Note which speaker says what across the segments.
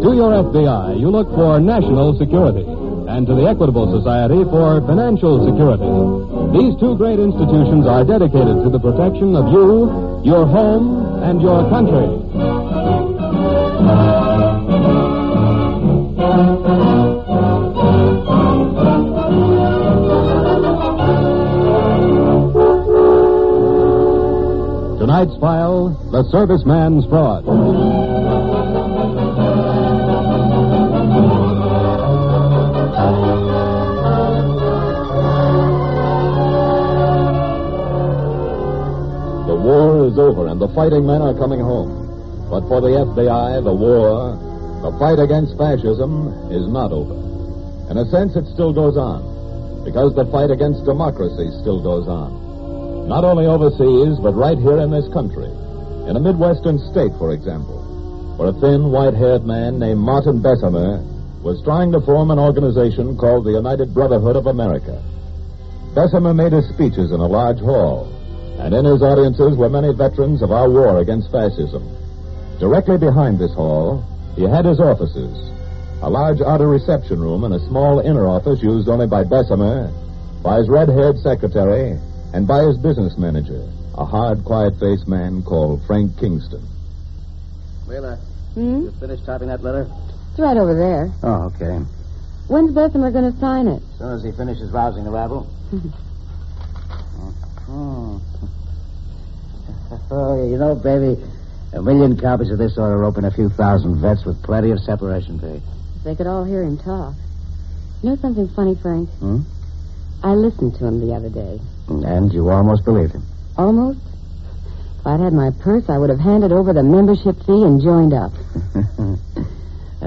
Speaker 1: To your FBI, you look for national security, and to the Equitable Society for financial security. These two great institutions are dedicated to the protection of you, your home, and your country. Tonight's file The Serviceman's Fraud. The war is over and the fighting men are coming home. But for the FBI, the war, the fight against fascism, is not over. In a sense, it still goes on, because the fight against democracy still goes on not only overseas, but right here in this country. In a Midwestern state, for example, where a thin, white haired man named Martin Bessemer was trying to form an organization called the United Brotherhood of America. Bessemer made his speeches in a large hall, and in his audiences were many veterans of our war against fascism. Directly behind this hall, he had his offices a large outer reception room and a small inner office used only by Bessemer, by his red haired secretary, and by his business manager, a hard, quiet faced man called Frank Kingston.
Speaker 2: Leila,
Speaker 3: Hmm?
Speaker 2: you finished typing that letter?
Speaker 3: It's right over there.
Speaker 2: Oh, okay.
Speaker 3: When's Bessemer going to sign it?
Speaker 2: As soon as he finishes rousing the rabble. Mhm. Oh, you know, baby, a million copies of this order open a few thousand vets with plenty of separation pay.
Speaker 3: If they could all hear him talk. You know something funny, Frank?
Speaker 2: Hmm?
Speaker 3: I listened to him the other day.
Speaker 2: And you almost believed him.
Speaker 3: Almost. If I'd had my purse, I would have handed over the membership fee and joined up.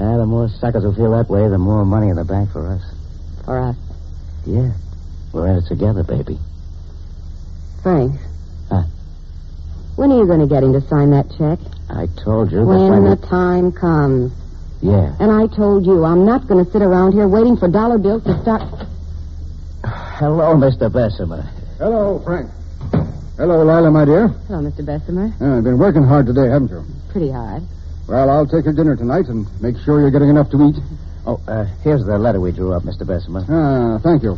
Speaker 2: Ah, the more suckers who feel that way, the more money in the bank for us.
Speaker 3: For us.
Speaker 2: Yeah. We're in it together, baby.
Speaker 3: Frank.
Speaker 2: Huh?
Speaker 3: When are you going to get him to sign that check?
Speaker 2: I told you that's why
Speaker 3: when
Speaker 2: we-
Speaker 3: the time comes.
Speaker 2: Yeah.
Speaker 3: And I told you, I'm not going to sit around here waiting for dollar bills to start.
Speaker 2: Hello, Mr. Bessemer.
Speaker 4: Hello, Frank. Hello, Lila, my dear.
Speaker 3: Hello, Mr. Bessemer.
Speaker 4: Uh, you've been working hard today, haven't you?
Speaker 3: Pretty hard.
Speaker 4: Well, I'll take your dinner tonight and make sure you're getting enough to eat.
Speaker 2: Oh, uh, here's the letter we drew up, Mr. Bessemer.
Speaker 4: Ah, thank you.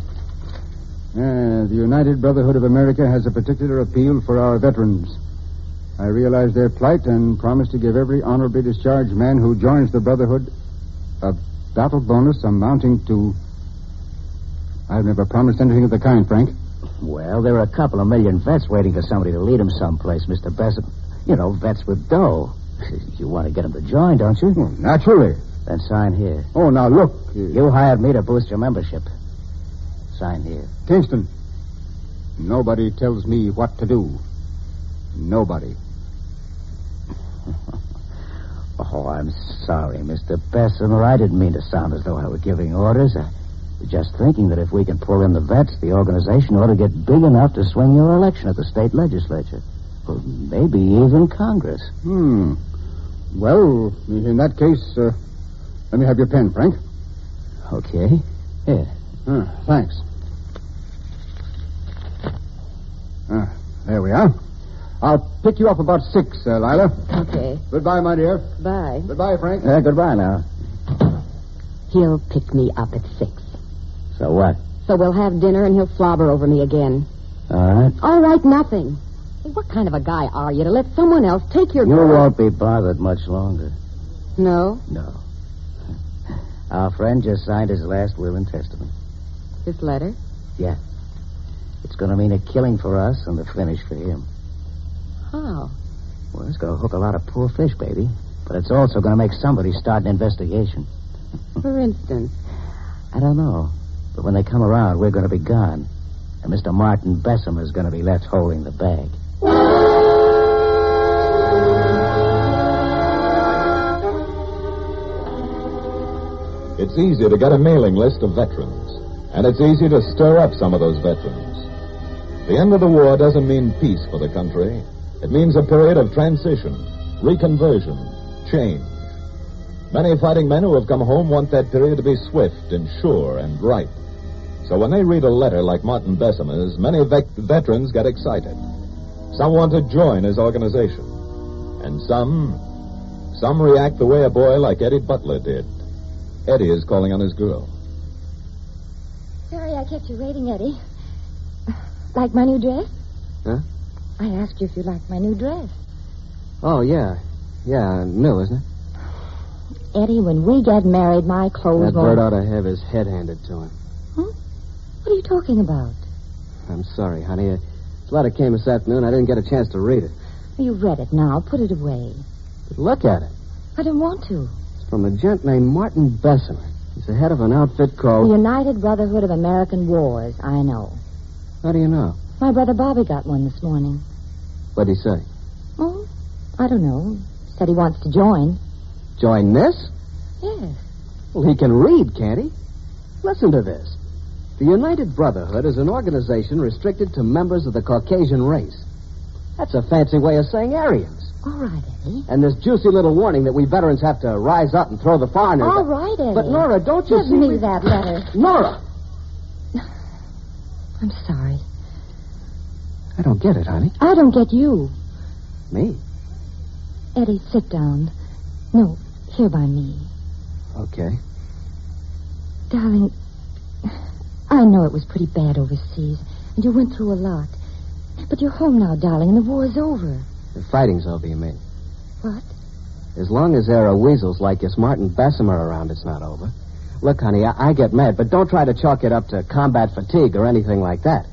Speaker 4: Uh, the United Brotherhood of America has a particular appeal for our veterans. I realize their plight and promise to give every honorably discharged man who joins the Brotherhood a battle bonus amounting to. I've never promised anything of the kind, Frank.
Speaker 2: Well, there are a couple of million vets waiting for somebody to lead 'em someplace, Mr. Bessemer. You know, vets with dough. You want to get 'em to join, don't you?
Speaker 4: Hmm. Naturally.
Speaker 2: Then sign here.
Speaker 4: Oh, now look.
Speaker 2: You hired me to boost your membership. Sign here.
Speaker 4: Kingston, nobody tells me what to do. Nobody.
Speaker 2: Oh, I'm sorry, Mr. Bessemer. I didn't mean to sound as though I were giving orders. I was just thinking that if we can pull in the vets, the organization ought to get big enough to swing your election at the state legislature. Or maybe even Congress.
Speaker 4: Hmm. Well, in that case, uh, let me have your pen, Frank.
Speaker 2: Okay. Here.
Speaker 4: Ah, thanks. Ah, there we are. I'll pick you up about six, uh, Lila.
Speaker 3: Okay.
Speaker 4: Goodbye, my dear.
Speaker 3: Bye.
Speaker 4: Goodbye, Frank.
Speaker 2: Uh, goodbye now.
Speaker 3: He'll pick me up at six.
Speaker 2: So what?
Speaker 3: So we'll have dinner and he'll slobber over me again.
Speaker 2: All right.
Speaker 3: All right, nothing. Hey, What kind of a guy are you to let someone else take your
Speaker 2: You uh,
Speaker 3: girl?
Speaker 2: won't be bothered much longer.
Speaker 3: No,
Speaker 2: No. Our friend just signed his last will and testament.
Speaker 3: this letter.
Speaker 2: It's going to mean a killing for us and the finish for him.
Speaker 3: How?
Speaker 2: Well, it's going to hook a lot of poor fish, baby. But it's also going to make somebody start an investigation.
Speaker 3: For instance,
Speaker 2: I don't know. But when they come around, we're going to be gone. And Mr. Martin Bessemer's going to be left holding the bag.
Speaker 1: It's easy to get a mailing list of veterans, and it's easy to stir up some of those veterans. The end of the war doesn't mean peace for the country. It means a period of transition, reconversion, change. Many fighting men who have come home want that period to be swift and sure and ripe. So when they read a letter like Martin Bessemer's, many vec- veterans get excited. Some want to join his organization. And some, some react the way a boy like Eddie Butler did. Eddie is calling on his girl.
Speaker 3: Sorry I kept you waiting, Eddie. Like my new dress?
Speaker 4: Huh?
Speaker 3: I asked you if you liked my new dress.
Speaker 4: Oh, yeah. Yeah, new, isn't it?
Speaker 3: Eddie, when we get married, my clothes
Speaker 4: That
Speaker 3: won't.
Speaker 4: bird ought to have his head handed to him.
Speaker 3: What are you talking about?
Speaker 4: I'm sorry, honey. Uh, This letter came this afternoon. I didn't get a chance to read it.
Speaker 3: You read it now. Put it away.
Speaker 4: But look at it.
Speaker 3: I don't want to.
Speaker 4: It's from a gent named Martin Bessemer. He's the head of an outfit
Speaker 3: The
Speaker 4: called.
Speaker 3: United Brotherhood of American Wars, I know.
Speaker 4: How do you know?
Speaker 3: My brother Bobby got one this morning.
Speaker 4: What'd he say?
Speaker 3: Oh, I don't know. Said he wants to join.
Speaker 4: Join this?
Speaker 3: Yes.
Speaker 4: Well, he can read, can't he? Listen to this. The United Brotherhood is an organization restricted to members of the Caucasian race. That's a fancy way of saying Aryans.
Speaker 3: All right, Eddie.
Speaker 4: And this juicy little warning that we veterans have to rise up and throw the foreigners.
Speaker 3: All right, Eddie.
Speaker 4: But Nora, don't you
Speaker 3: Give
Speaker 4: see?
Speaker 3: me
Speaker 4: we-
Speaker 3: that letter.
Speaker 4: Nora!
Speaker 3: I'm sorry.
Speaker 4: I don't get it, honey.
Speaker 3: I don't get you.
Speaker 4: Me?
Speaker 3: Eddie, sit down. No, here by me.
Speaker 4: Okay.
Speaker 3: Darling, I know it was pretty bad overseas, and you went through a lot. But you're home now, darling, and the war's over.
Speaker 4: The fighting's over, you mean?
Speaker 3: What?
Speaker 4: As long as there are weasels like this Martin Bessemer around, it's not over. Look, honey, I, I get mad, but don't try to chalk it up to combat fatigue or anything like that.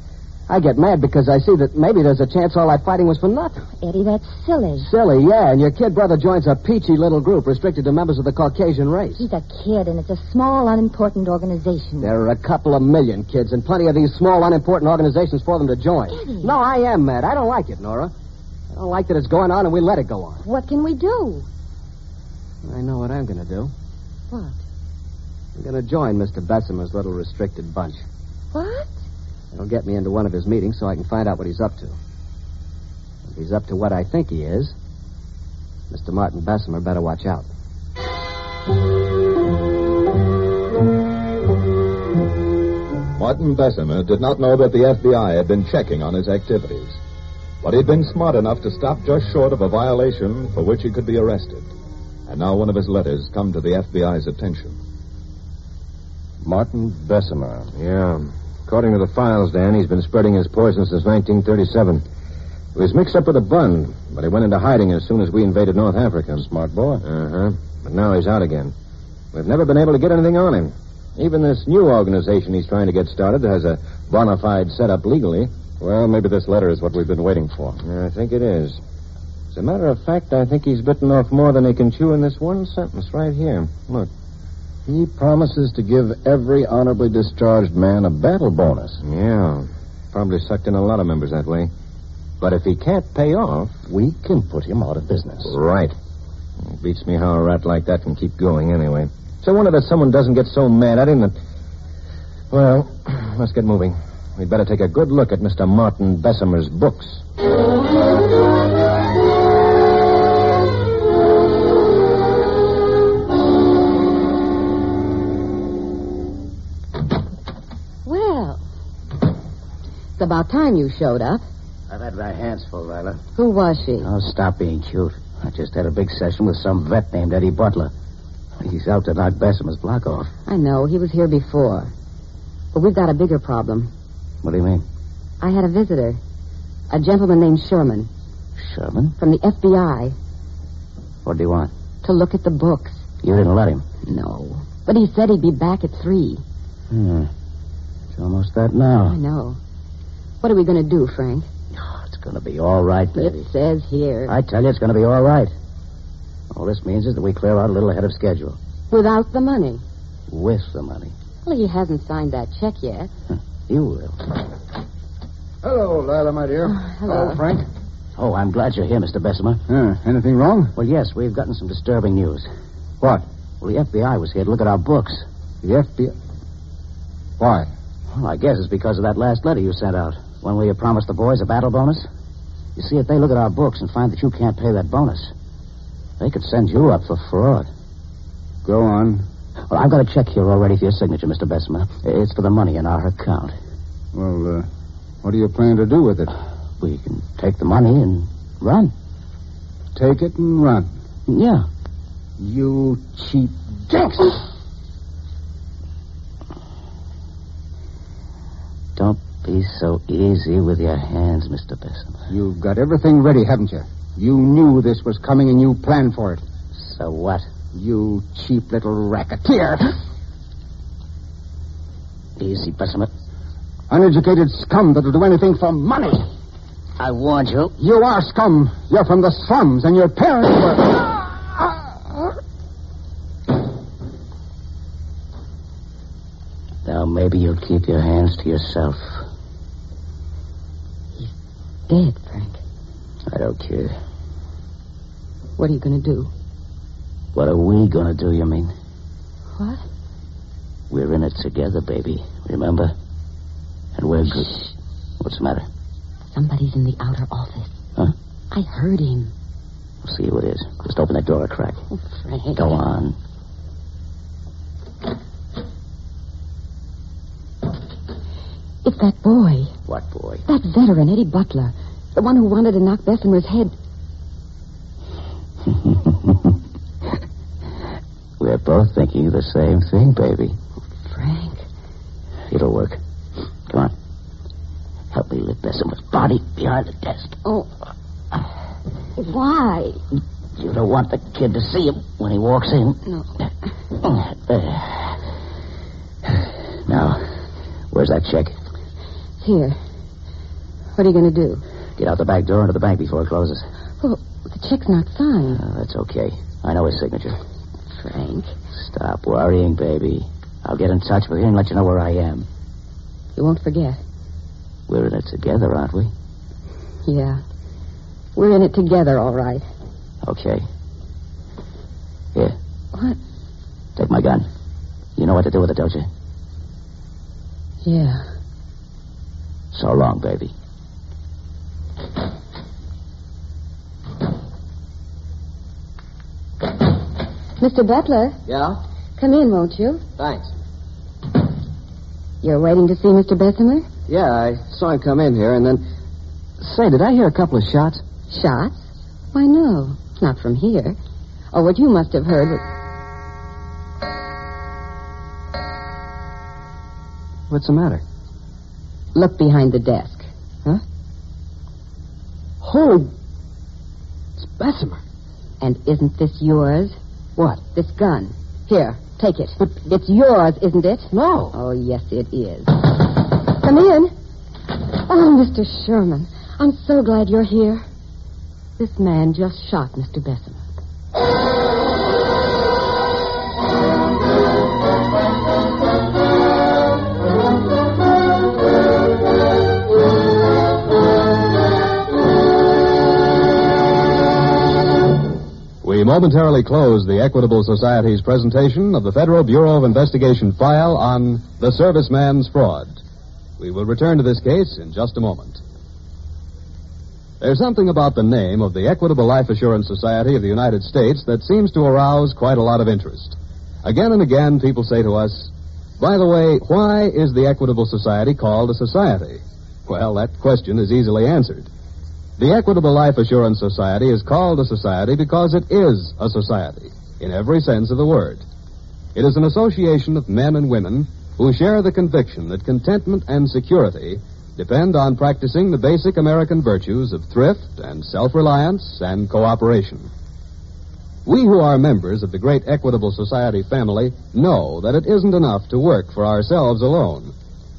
Speaker 4: I get mad because I see that maybe there's a chance all that fighting was for nothing.
Speaker 3: Eddie, that's silly.
Speaker 4: Silly, yeah, and your kid brother joins a peachy little group restricted to members of the Caucasian race.
Speaker 3: He's a kid, and it's a small, unimportant organization.
Speaker 4: There are a couple of million kids and plenty of these small, unimportant organizations for them to join.
Speaker 3: Eddie.
Speaker 4: No, I am mad. I don't like it, Nora. I don't like that it's going on and we let it go on.
Speaker 3: What can we do?
Speaker 4: I know what I'm going to do.
Speaker 3: What?
Speaker 4: I'm going to join Mr. Bessemer's little restricted bunch.
Speaker 3: What?
Speaker 4: It'll get me into one of his meetings so I can find out what he's up to. If he's up to what I think he is, Mr. Martin Bessemer better watch out.
Speaker 1: Martin Bessemer did not know that the FBI had been checking on his activities, but he'd been smart enough to stop just short of a violation for which he could be arrested. And now one of his letters come to the FBI's attention.
Speaker 5: Martin Bessemer. Yeah. According to the files, Dan, he's been spreading his poison since 1937. He was mixed up with a bun, but he went into hiding as soon as we invaded North Africa. Smart boy. Uh
Speaker 1: Uh-huh.
Speaker 5: huh. But now he's out again. We've never been able to get anything on him. Even this new organization he's trying to get started has a bona fide setup legally. Well, maybe this letter is what we've been waiting for. I think it is. As a matter of fact, I think he's bitten off more than he can chew in this one sentence right here. Look. He promises to give every honorably discharged man a battle bonus. Yeah. Probably sucked in a lot of members that way. But if he can't pay off, we can put him out of business. Right. It beats me how a rat like that can keep going anyway. It's a wonder that someone doesn't get so mad at him that. Well, let's get moving. We'd better take a good look at Mr. Martin Bessemer's books.
Speaker 6: Well, it's about time you showed up.
Speaker 2: I've had my hands full, Lila.
Speaker 6: Who was she?
Speaker 2: Oh, stop being cute. I just had a big session with some vet named Eddie Butler. He's out to knock Bessemer's block off.
Speaker 6: I know. He was here before. But we've got a bigger problem.
Speaker 2: What do you mean?
Speaker 6: I had a visitor, a gentleman named Sherman
Speaker 2: Sherman?
Speaker 6: from the FBI,
Speaker 2: What do you want?
Speaker 6: to look at the books.
Speaker 2: You didn't let him.
Speaker 6: No. But he said he'd be back at three.
Speaker 2: Hmm. It's almost that
Speaker 6: I
Speaker 2: now.
Speaker 6: know. What are we going to do, Frank?
Speaker 2: Oh, it's going to be all right, baby.
Speaker 6: It says here.
Speaker 2: I tell you, it's going to be all right. All this means is that we clear out a little ahead of schedule.
Speaker 6: Without the money.
Speaker 2: With the money.
Speaker 6: Well, he hasn't signed that check yet.
Speaker 2: You will.
Speaker 7: Hello, Lila, my dear.
Speaker 6: hello.
Speaker 7: Oh, Frank.
Speaker 2: Oh, I'm glad you're here, Mr. Bessemer.
Speaker 7: Uh, anything wrong?
Speaker 2: Well, yes, we've gotten some disturbing news.
Speaker 7: What?
Speaker 2: Well, the FBI was here to look at our books.
Speaker 1: The FBI. Why?
Speaker 2: Well, I guess it's because of that last letter you sent out. One where you promised the boys a battle bonus. You see, if they look at our books and find that you can't pay that bonus, they could send you up for fraud.
Speaker 8: Go on.
Speaker 2: Well, I've got a check here already for your signature, Mr. Bessemer. It's for the money in our account.
Speaker 8: Well, uh, what do you plan to do with it?
Speaker 2: We can take the money and run.
Speaker 8: Take it and run.
Speaker 2: Yeah.
Speaker 8: You cheap dicks!
Speaker 2: Don't be so easy with your hands, Mr. Bessemer.
Speaker 8: You've got everything ready, haven't you? You knew this was coming and you planned for it.
Speaker 2: So what?
Speaker 8: You cheap little racketeer!
Speaker 2: Easy, Bessemer.
Speaker 8: Uneducated scum that'll do anything for money!
Speaker 2: I warned you.
Speaker 8: You are scum! You're from the slums and your parents were.
Speaker 2: Now, maybe you'll keep your hands to yourself.
Speaker 3: Dead, Frank.
Speaker 2: I don't care.
Speaker 3: What are you going to do?
Speaker 2: What are we going to do, you mean?
Speaker 3: What?
Speaker 2: We're in it together, baby. Remember? And we're good. What's the matter?
Speaker 3: Somebody's in the outer office.
Speaker 2: Huh?
Speaker 3: I heard him.
Speaker 2: We'll see who it is. Just open that door a crack.
Speaker 3: Oh, Frank.
Speaker 2: Go on.
Speaker 3: It's that boy.
Speaker 2: What, boy?
Speaker 3: That veteran, Eddie Butler. The one who wanted to knock Bessemer's head.
Speaker 2: We're both thinking the same thing, baby.
Speaker 3: Frank.
Speaker 2: It'll work. Come on. Help me lift Bessemer's body behind the desk.
Speaker 3: Oh. Why?
Speaker 2: You don't want the kid to see him when he walks in.
Speaker 3: No.
Speaker 2: There. Now, where's that check?
Speaker 3: Here. What are you going to do?
Speaker 2: Get out the back door into the bank before it closes.
Speaker 3: Well, the check's not signed.
Speaker 2: Oh, that's okay. I know his signature.
Speaker 3: Frank.
Speaker 2: Stop worrying, baby. I'll get in touch with you and let you know where I am.
Speaker 3: You won't forget.
Speaker 2: We're in it together, aren't we?
Speaker 3: Yeah. We're in it together, all right.
Speaker 2: Okay. Here,
Speaker 3: What?
Speaker 2: take my gun. You know what to do with it, don't you?
Speaker 3: Yeah.
Speaker 2: So long, baby.
Speaker 3: Mr. Butler,
Speaker 4: Yeah?
Speaker 3: come in, won't you?
Speaker 4: Thanks.
Speaker 3: You're waiting to see Mr. Bessemer?
Speaker 4: Yeah, I saw him come in here, and then. Say, did I hear a couple of shots?
Speaker 3: Shots? Why, no. Not from here. Oh, what you must have heard was...
Speaker 4: What's the matter?
Speaker 3: Look behind the desk.
Speaker 4: Hold. It's Bessemer.
Speaker 3: And isn't this yours?
Speaker 4: What?
Speaker 3: This gun. Here, take it. It's yours, isn't it?
Speaker 4: No.
Speaker 3: Oh, yes, it is. Come in. Oh, Mr. Sherman, I'm so glad you're here. This man just shot Mr. Bessemer.
Speaker 1: We momentarily close the Equitable Society's presentation of the Federal Bureau of Investigation file on the serviceman's fraud. We will return to this case in just a moment. There's something about the name of the Equitable Life Assurance Society of the United States that seems to arouse quite a lot of interest. Again and again, people say to us, by the way, why is the Equitable Society called a society? Well, that question is easily answered. The Equitable Life Assurance Society is called a society because it is a society, in every sense of the word. It is an association of men and women who share the conviction that contentment and security depend on practicing the basic American virtues of thrift and self reliance and cooperation. We who are members of the great Equitable Society family know that it isn't enough to work for ourselves alone.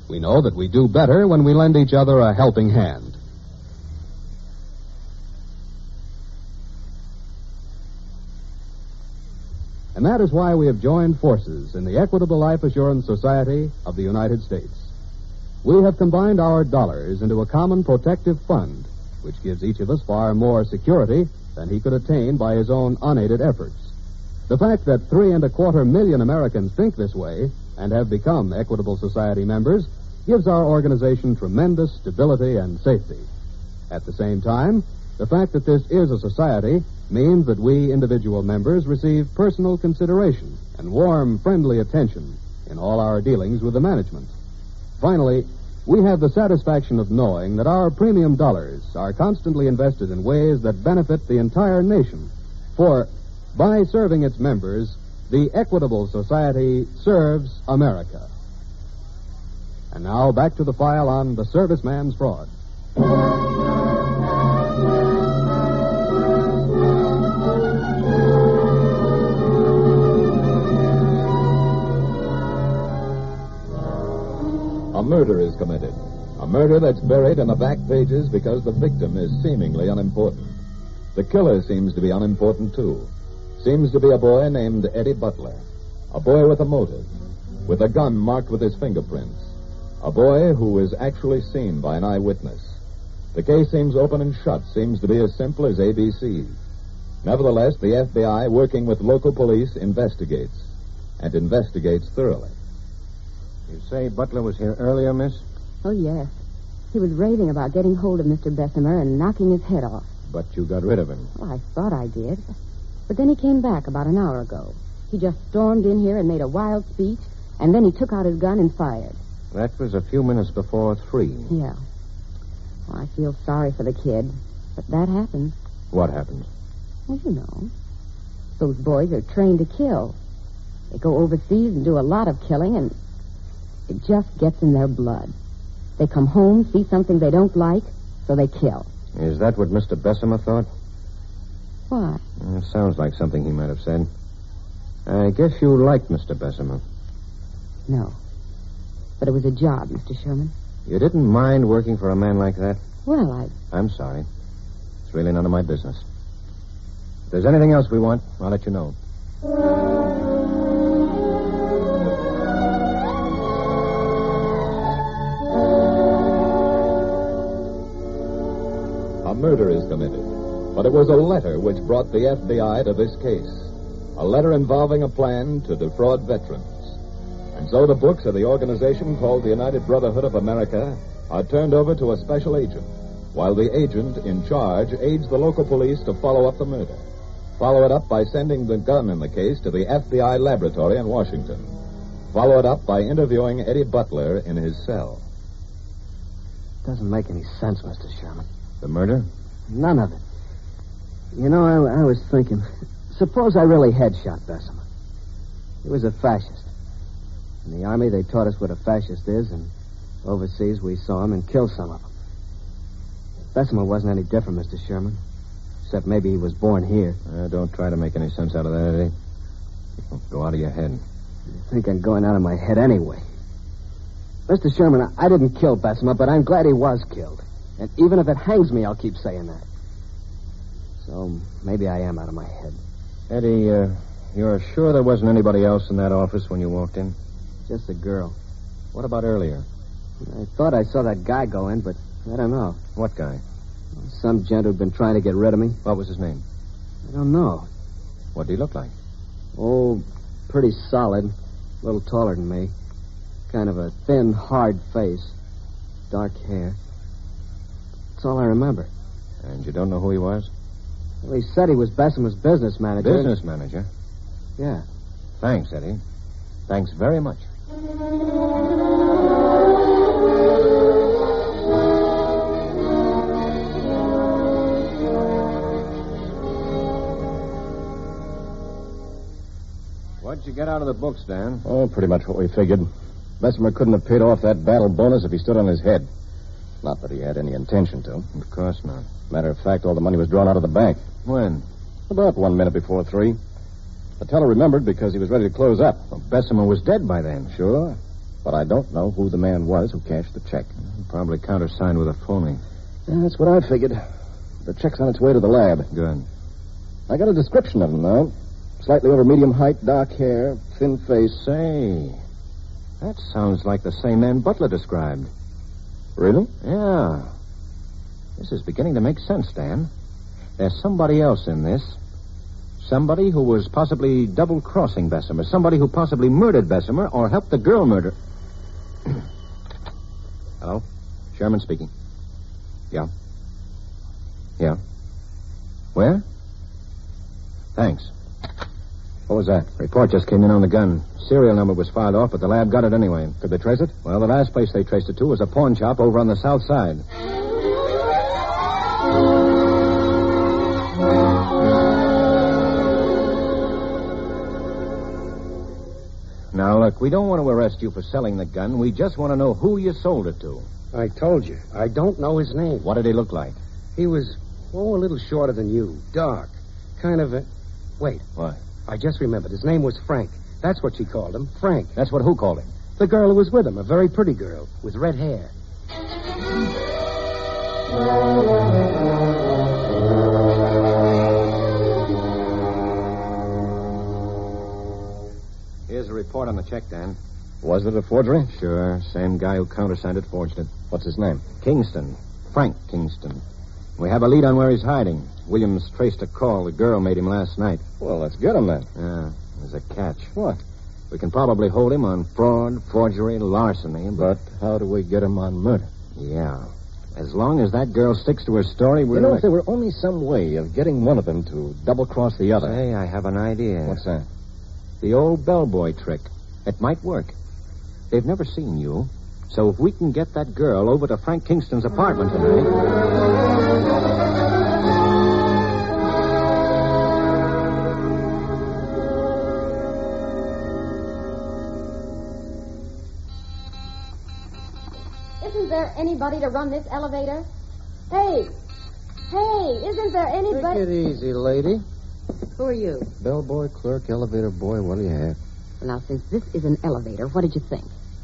Speaker 1: We know that we do better when we lend each other a helping hand. And that is why we have joined forces in the Equitable Life Assurance Society of the United States. We have combined our dollars into a common protective fund, which gives each of us far more security than he could attain by his own unaided efforts. The fact that three and a quarter million Americans think this way
Speaker 9: and have become Equitable Society members gives our organization tremendous stability and safety. At the same time, the fact that this is a society means that we individual members receive personal consideration and warm, friendly attention in all our dealings with the management. Finally, we have the satisfaction of knowing that our premium dollars are constantly invested in ways that benefit the entire nation. For by serving its members, the Equitable Society serves America. And now back to the file on the serviceman's fraud.
Speaker 10: A murder is committed. A murder that's buried in the back pages because the victim is seemingly unimportant. The killer seems to be unimportant, too. Seems to be a boy named Eddie Butler. A boy with a motive, with a gun marked with his fingerprints. A boy who was actually seen by an eyewitness. The case seems open and shut, seems to be as simple as ABC. Nevertheless, the FBI, working with local police, investigates, and investigates thoroughly.
Speaker 1: You say Butler was here earlier, miss?
Speaker 3: Oh, yes. He was raving about getting hold of Mr. Bessemer and knocking his head off.
Speaker 1: But you got rid of him.
Speaker 3: Well, I thought I did. But then he came back about an hour ago. He just stormed in here and made a wild speech, and then he took out his gun and fired.
Speaker 1: That was a few minutes before three.
Speaker 3: Yeah. Well, I feel sorry for the kid, but that happens.
Speaker 1: What happened?
Speaker 3: Well, you know, those boys are trained to kill. They go overseas and do a lot of killing, and it just gets in their blood. They come home, see something they don't like, so they kill.
Speaker 1: Is that what Mr. Bessemer thought?
Speaker 3: Why?
Speaker 1: It sounds like something he might have said. I guess you liked Mr. Bessemer.
Speaker 3: No. But it was a job, Mr. Sherman.
Speaker 1: You didn't mind working for a man like that?
Speaker 3: Well, I.
Speaker 1: I'm sorry. It's really none of my business. If there's anything else we want, I'll let you know.
Speaker 10: A murder is committed, but it was a letter which brought the FBI to this case. A letter involving a plan to defraud veterans. And so the books of the organization called the United Brotherhood of America are turned over to a special agent, while the agent in charge aids the local police to follow up the murder. Follow it up by sending the gun in the case to the FBI laboratory in Washington. Follow it up by interviewing Eddie Butler in his cell.
Speaker 4: Doesn't make any sense, Mr. Sherman.
Speaker 1: The murder?
Speaker 4: None of it. You know, I, I was thinking, suppose I really had shot Bessemer. He was a fascist. In the army, they taught us what a fascist is, and overseas, we saw him and killed some of them. Bessemer wasn't any different, Mr. Sherman, except maybe he was born here.
Speaker 1: Uh, don't try to make any sense out of that, Eddie. It'll go out of your head.
Speaker 4: I think I'm going out of my head anyway. Mr. Sherman, I, I didn't kill Bessemer, but I'm glad he was killed. And even if it hangs me, I'll keep saying that. So maybe I am out of my head.
Speaker 1: Eddie, uh, you're sure there wasn't anybody else in that office when you walked in?
Speaker 4: Just a girl.
Speaker 1: What about earlier?
Speaker 4: I thought I saw that guy go in, but I don't know.
Speaker 1: What guy?
Speaker 4: Some gent who'd been trying to get rid of me.
Speaker 1: What was his name?
Speaker 4: I don't know.
Speaker 1: What did he look like?
Speaker 4: Oh, pretty solid. A little taller than me. Kind of a thin, hard face. Dark hair. That's all I remember.
Speaker 1: And you don't know who he was?
Speaker 4: Well, he said he was Bessemer's business manager.
Speaker 1: Business manager?
Speaker 4: Yeah.
Speaker 1: Thanks, Eddie. Thanks very much. What'd you get out of the books, Dan?
Speaker 11: Oh, pretty much what we figured. Bessemer couldn't have paid off that battle bonus if he stood on his head. Not that he had any intention to.
Speaker 1: Of course not.
Speaker 11: Matter of fact, all the money was drawn out of the bank.
Speaker 1: When?
Speaker 11: About one minute before three. The teller remembered because he was ready to close up.
Speaker 1: Well, Bessemer was dead by then.
Speaker 11: Sure. But I don't know who the man was who cashed the check.
Speaker 1: Probably countersigned with a phony.
Speaker 11: Yeah, that's what I figured. The check's on its way to the lab.
Speaker 1: Good.
Speaker 11: I got a description of him, though. Slightly over medium height, dark hair, thin face.
Speaker 1: Say, that sounds like the same man Butler described.
Speaker 11: Really?
Speaker 1: Yeah. This is beginning to make sense, Dan. There's somebody else in this. Somebody who was possibly double crossing Bessemer. Somebody who possibly murdered Bessemer or helped the girl murder. Hello? Sherman speaking. Yeah. Yeah. Where? Thanks. What was that? Report just came in on the gun. Serial number was filed off, but the lab got it anyway. Could they trace it? Well, the last place they traced it to was a pawn shop over on the south side. Now, look, we don't want to arrest you for selling the gun. We just want to know who you sold it to.
Speaker 4: I told you. I don't know his name.
Speaker 1: What did he look like?
Speaker 4: He was, oh, a little shorter than you. Dark. Kind of a. Wait.
Speaker 1: What?
Speaker 4: I just remembered. His name was Frank. That's what she called him. Frank.
Speaker 1: That's what who called him?
Speaker 4: The girl who was with him, a very pretty girl with red hair.
Speaker 1: Here's a report on the check, Dan.
Speaker 12: Was it a forgery?
Speaker 1: Sure. Same guy who countersigned it forged it.
Speaker 12: What's his name?
Speaker 1: Kingston. Frank Kingston. We have a lead on where he's hiding. Williams traced a call the girl made him last night.
Speaker 12: Well, let's get him then.
Speaker 1: Yeah, there's a catch.
Speaker 12: What?
Speaker 1: We can probably hold him on fraud, forgery, larceny, but.
Speaker 12: But how do we get him on murder?
Speaker 1: Yeah. As long as that girl sticks to her story, we're.
Speaker 12: you know,
Speaker 1: like-
Speaker 12: if there were only some way of getting one of them to double cross the other.
Speaker 1: Hey, I have an idea.
Speaker 12: What's that?
Speaker 1: The old bellboy trick. It might work. They've never seen you. So if we can get that girl over to Frank Kingston's apartment tonight.
Speaker 13: Isn't there anybody to run this elevator? Hey! Hey! Isn't there anybody?
Speaker 4: Take it easy, lady.
Speaker 3: Who are you?
Speaker 4: Bellboy, clerk, elevator boy, what do you have?
Speaker 3: Well, now, since this is an elevator, what did you think?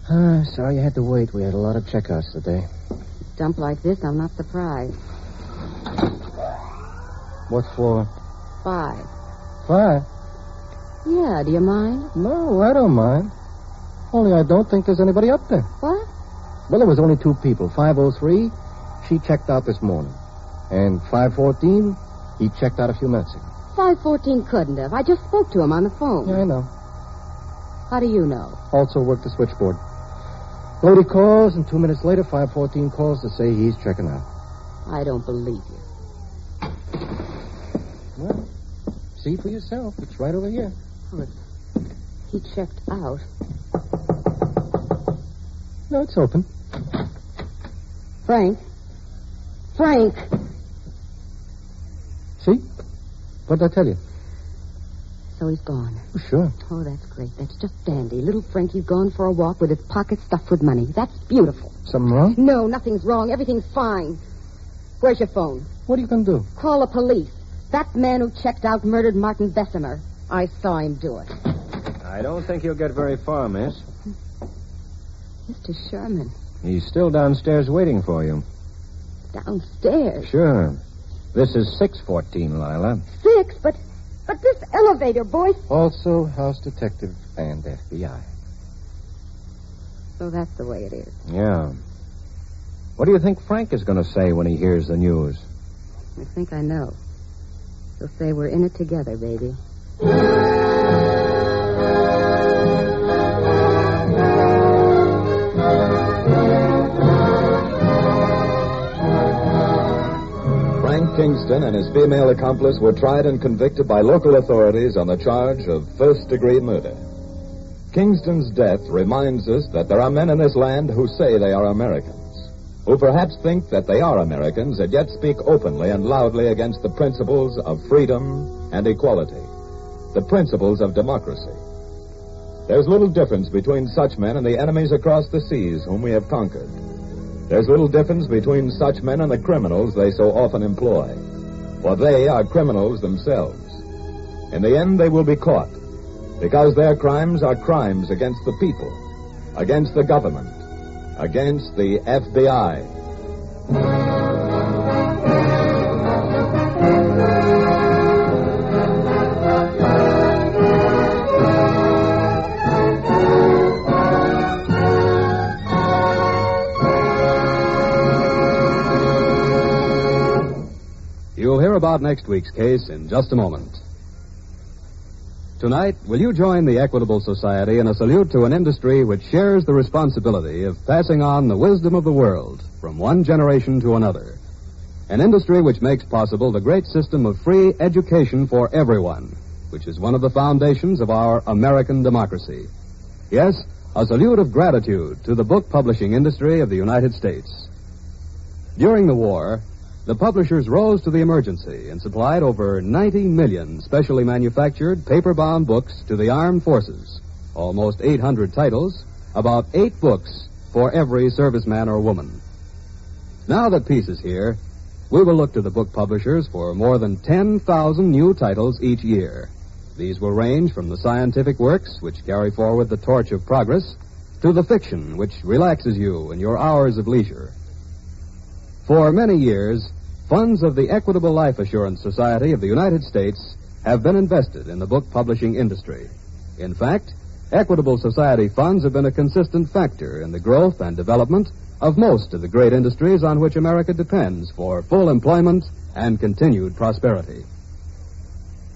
Speaker 4: Ah, sorry you had to wait. We had a lot of checkouts today.
Speaker 3: Dump like this, I'm not surprised.
Speaker 4: What floor?
Speaker 3: Five.
Speaker 4: Five.
Speaker 3: Yeah, do you mind?
Speaker 4: No, I don't mind. Only I don't think there's anybody up there.
Speaker 3: What?
Speaker 4: Well, there was only two people. 503, she checked out this morning. And 514, he checked out a few minutes ago.
Speaker 3: 514 couldn't have. I just spoke to him on the phone.
Speaker 4: Yeah, I know.
Speaker 3: How do you know?
Speaker 4: Also worked the switchboard. Lady calls, and two minutes later, 514 calls to say he's checking out.
Speaker 3: I don't believe you.
Speaker 4: Well, see for yourself. It's right over here.
Speaker 3: He checked out.
Speaker 4: No, it's open.
Speaker 3: Frank. Frank!
Speaker 4: See? What'd I tell you?
Speaker 3: So he's gone.
Speaker 4: Oh, sure.
Speaker 3: Oh, that's great. That's just dandy. Little Frankie's gone for a walk with his pockets stuffed with money. That's beautiful.
Speaker 4: Something wrong?
Speaker 3: No, nothing's wrong. Everything's fine. Where's your phone?
Speaker 4: What are you going to do?
Speaker 3: Call the police. That man who checked out murdered Martin Bessemer. I saw him do it.
Speaker 1: I don't think he'll get very far, miss.
Speaker 3: Mr. Sherman,
Speaker 1: He's still downstairs waiting for you.
Speaker 3: downstairs.
Speaker 1: Sure. This is 614, Lila.
Speaker 3: Six, but but this elevator, boy.
Speaker 4: Also, house detective and FBI.
Speaker 3: So that's the way it is.
Speaker 1: Yeah. What do you think Frank is going to say when he hears the news?
Speaker 3: I think I know. He'll say we're in it together, baby.
Speaker 9: Frank Kingston and his female accomplice were tried and convicted by local authorities on the charge of first degree murder. Kingston's death reminds us that there are men in this land who say they are Americans, who perhaps think that they are Americans and yet speak openly and loudly against the principles of freedom and equality, the principles of democracy. There's little difference between such men and the enemies across the seas whom we have conquered. There's little difference between such men and the criminals they so often employ, for they are criminals themselves. In the end, they will be caught because their crimes are crimes against the people, against the government, against the FBI.
Speaker 14: You'll hear about next week's case in just a moment.
Speaker 9: Tonight, will you join the Equitable Society in a salute to an industry which shares the responsibility of passing on the wisdom of the world from one generation to another? An industry which makes possible the great system of free education for everyone, which is one of the foundations of our American democracy. Yes, a salute of gratitude to the book publishing industry of the United States. During the war, the publishers rose to the emergency and supplied over 90 million specially manufactured paper-bound books to the armed forces, almost 800 titles, about eight books for every serviceman or woman. Now that peace is here, we will look to the book publishers for more than 10,000 new titles each year. These will range from the scientific works, which carry forward the torch of progress, to the fiction, which relaxes you in your hours of leisure. For many years, funds of the Equitable Life Assurance Society of the United States have been invested in the book publishing industry. In fact, Equitable Society funds have been a consistent factor in the growth and development of most of the great industries on which America depends for full employment and continued prosperity.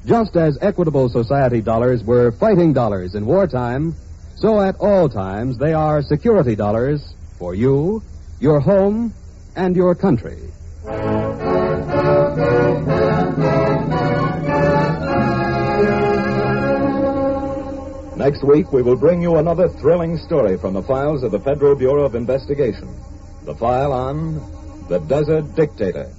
Speaker 9: Just as Equitable Society dollars were fighting dollars in wartime, so at all times they are security dollars for you, your home, and your country.
Speaker 10: Next week, we will bring you another thrilling story from the files of the Federal Bureau of Investigation. The file on The Desert Dictator.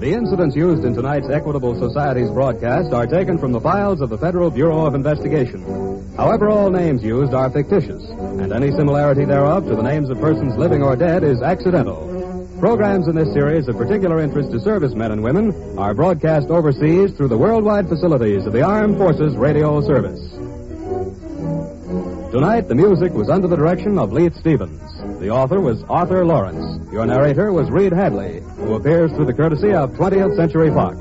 Speaker 9: The incidents used in tonight's Equitable Society's broadcast are taken from the files of the Federal Bureau of Investigation. However, all names used are fictitious, and any similarity thereof to the names of persons living or dead is accidental. Programs in this series of particular interest to servicemen and women are broadcast overseas through the worldwide facilities of the Armed Forces Radio Service. Tonight, the music was under the direction of Leith Stevens. The author was Arthur Lawrence. Your narrator was Reed Hadley, who appears through the courtesy of 20th Century Fox.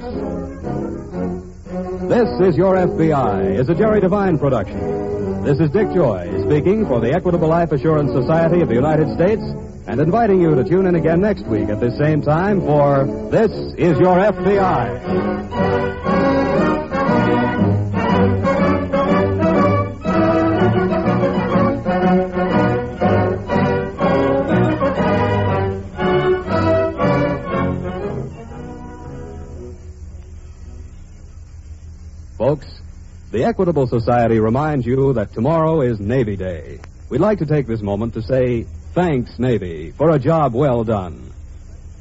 Speaker 9: This is Your FBI, is a Jerry Devine production. This is Dick Joy speaking for the Equitable Life Assurance Society of the United States and inviting you to tune in again next week at this same time for This is Your FBI. Folks, the Equitable Society reminds you that tomorrow is Navy Day. We'd like to take this moment to say thanks, Navy, for a job well done.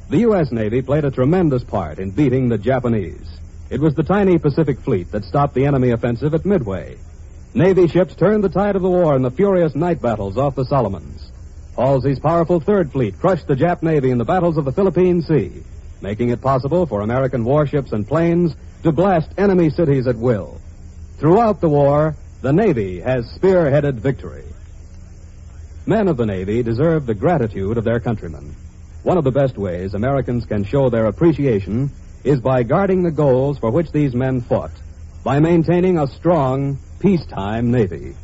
Speaker 9: The U.S. Navy played a tremendous part in beating the Japanese. It was the tiny Pacific Fleet that stopped the enemy offensive at Midway. Navy ships turned the tide of the war in the furious night battles off the Solomons. Halsey's powerful Third Fleet crushed the Jap Navy in the battles of the Philippine Sea, making it possible for American warships and planes to blast enemy cities at will. Throughout the war, the Navy has spearheaded victory. Men of the Navy deserve the gratitude of their countrymen. One of the best ways Americans can show their appreciation is by guarding the goals for which these men fought, by maintaining a strong, peacetime Navy.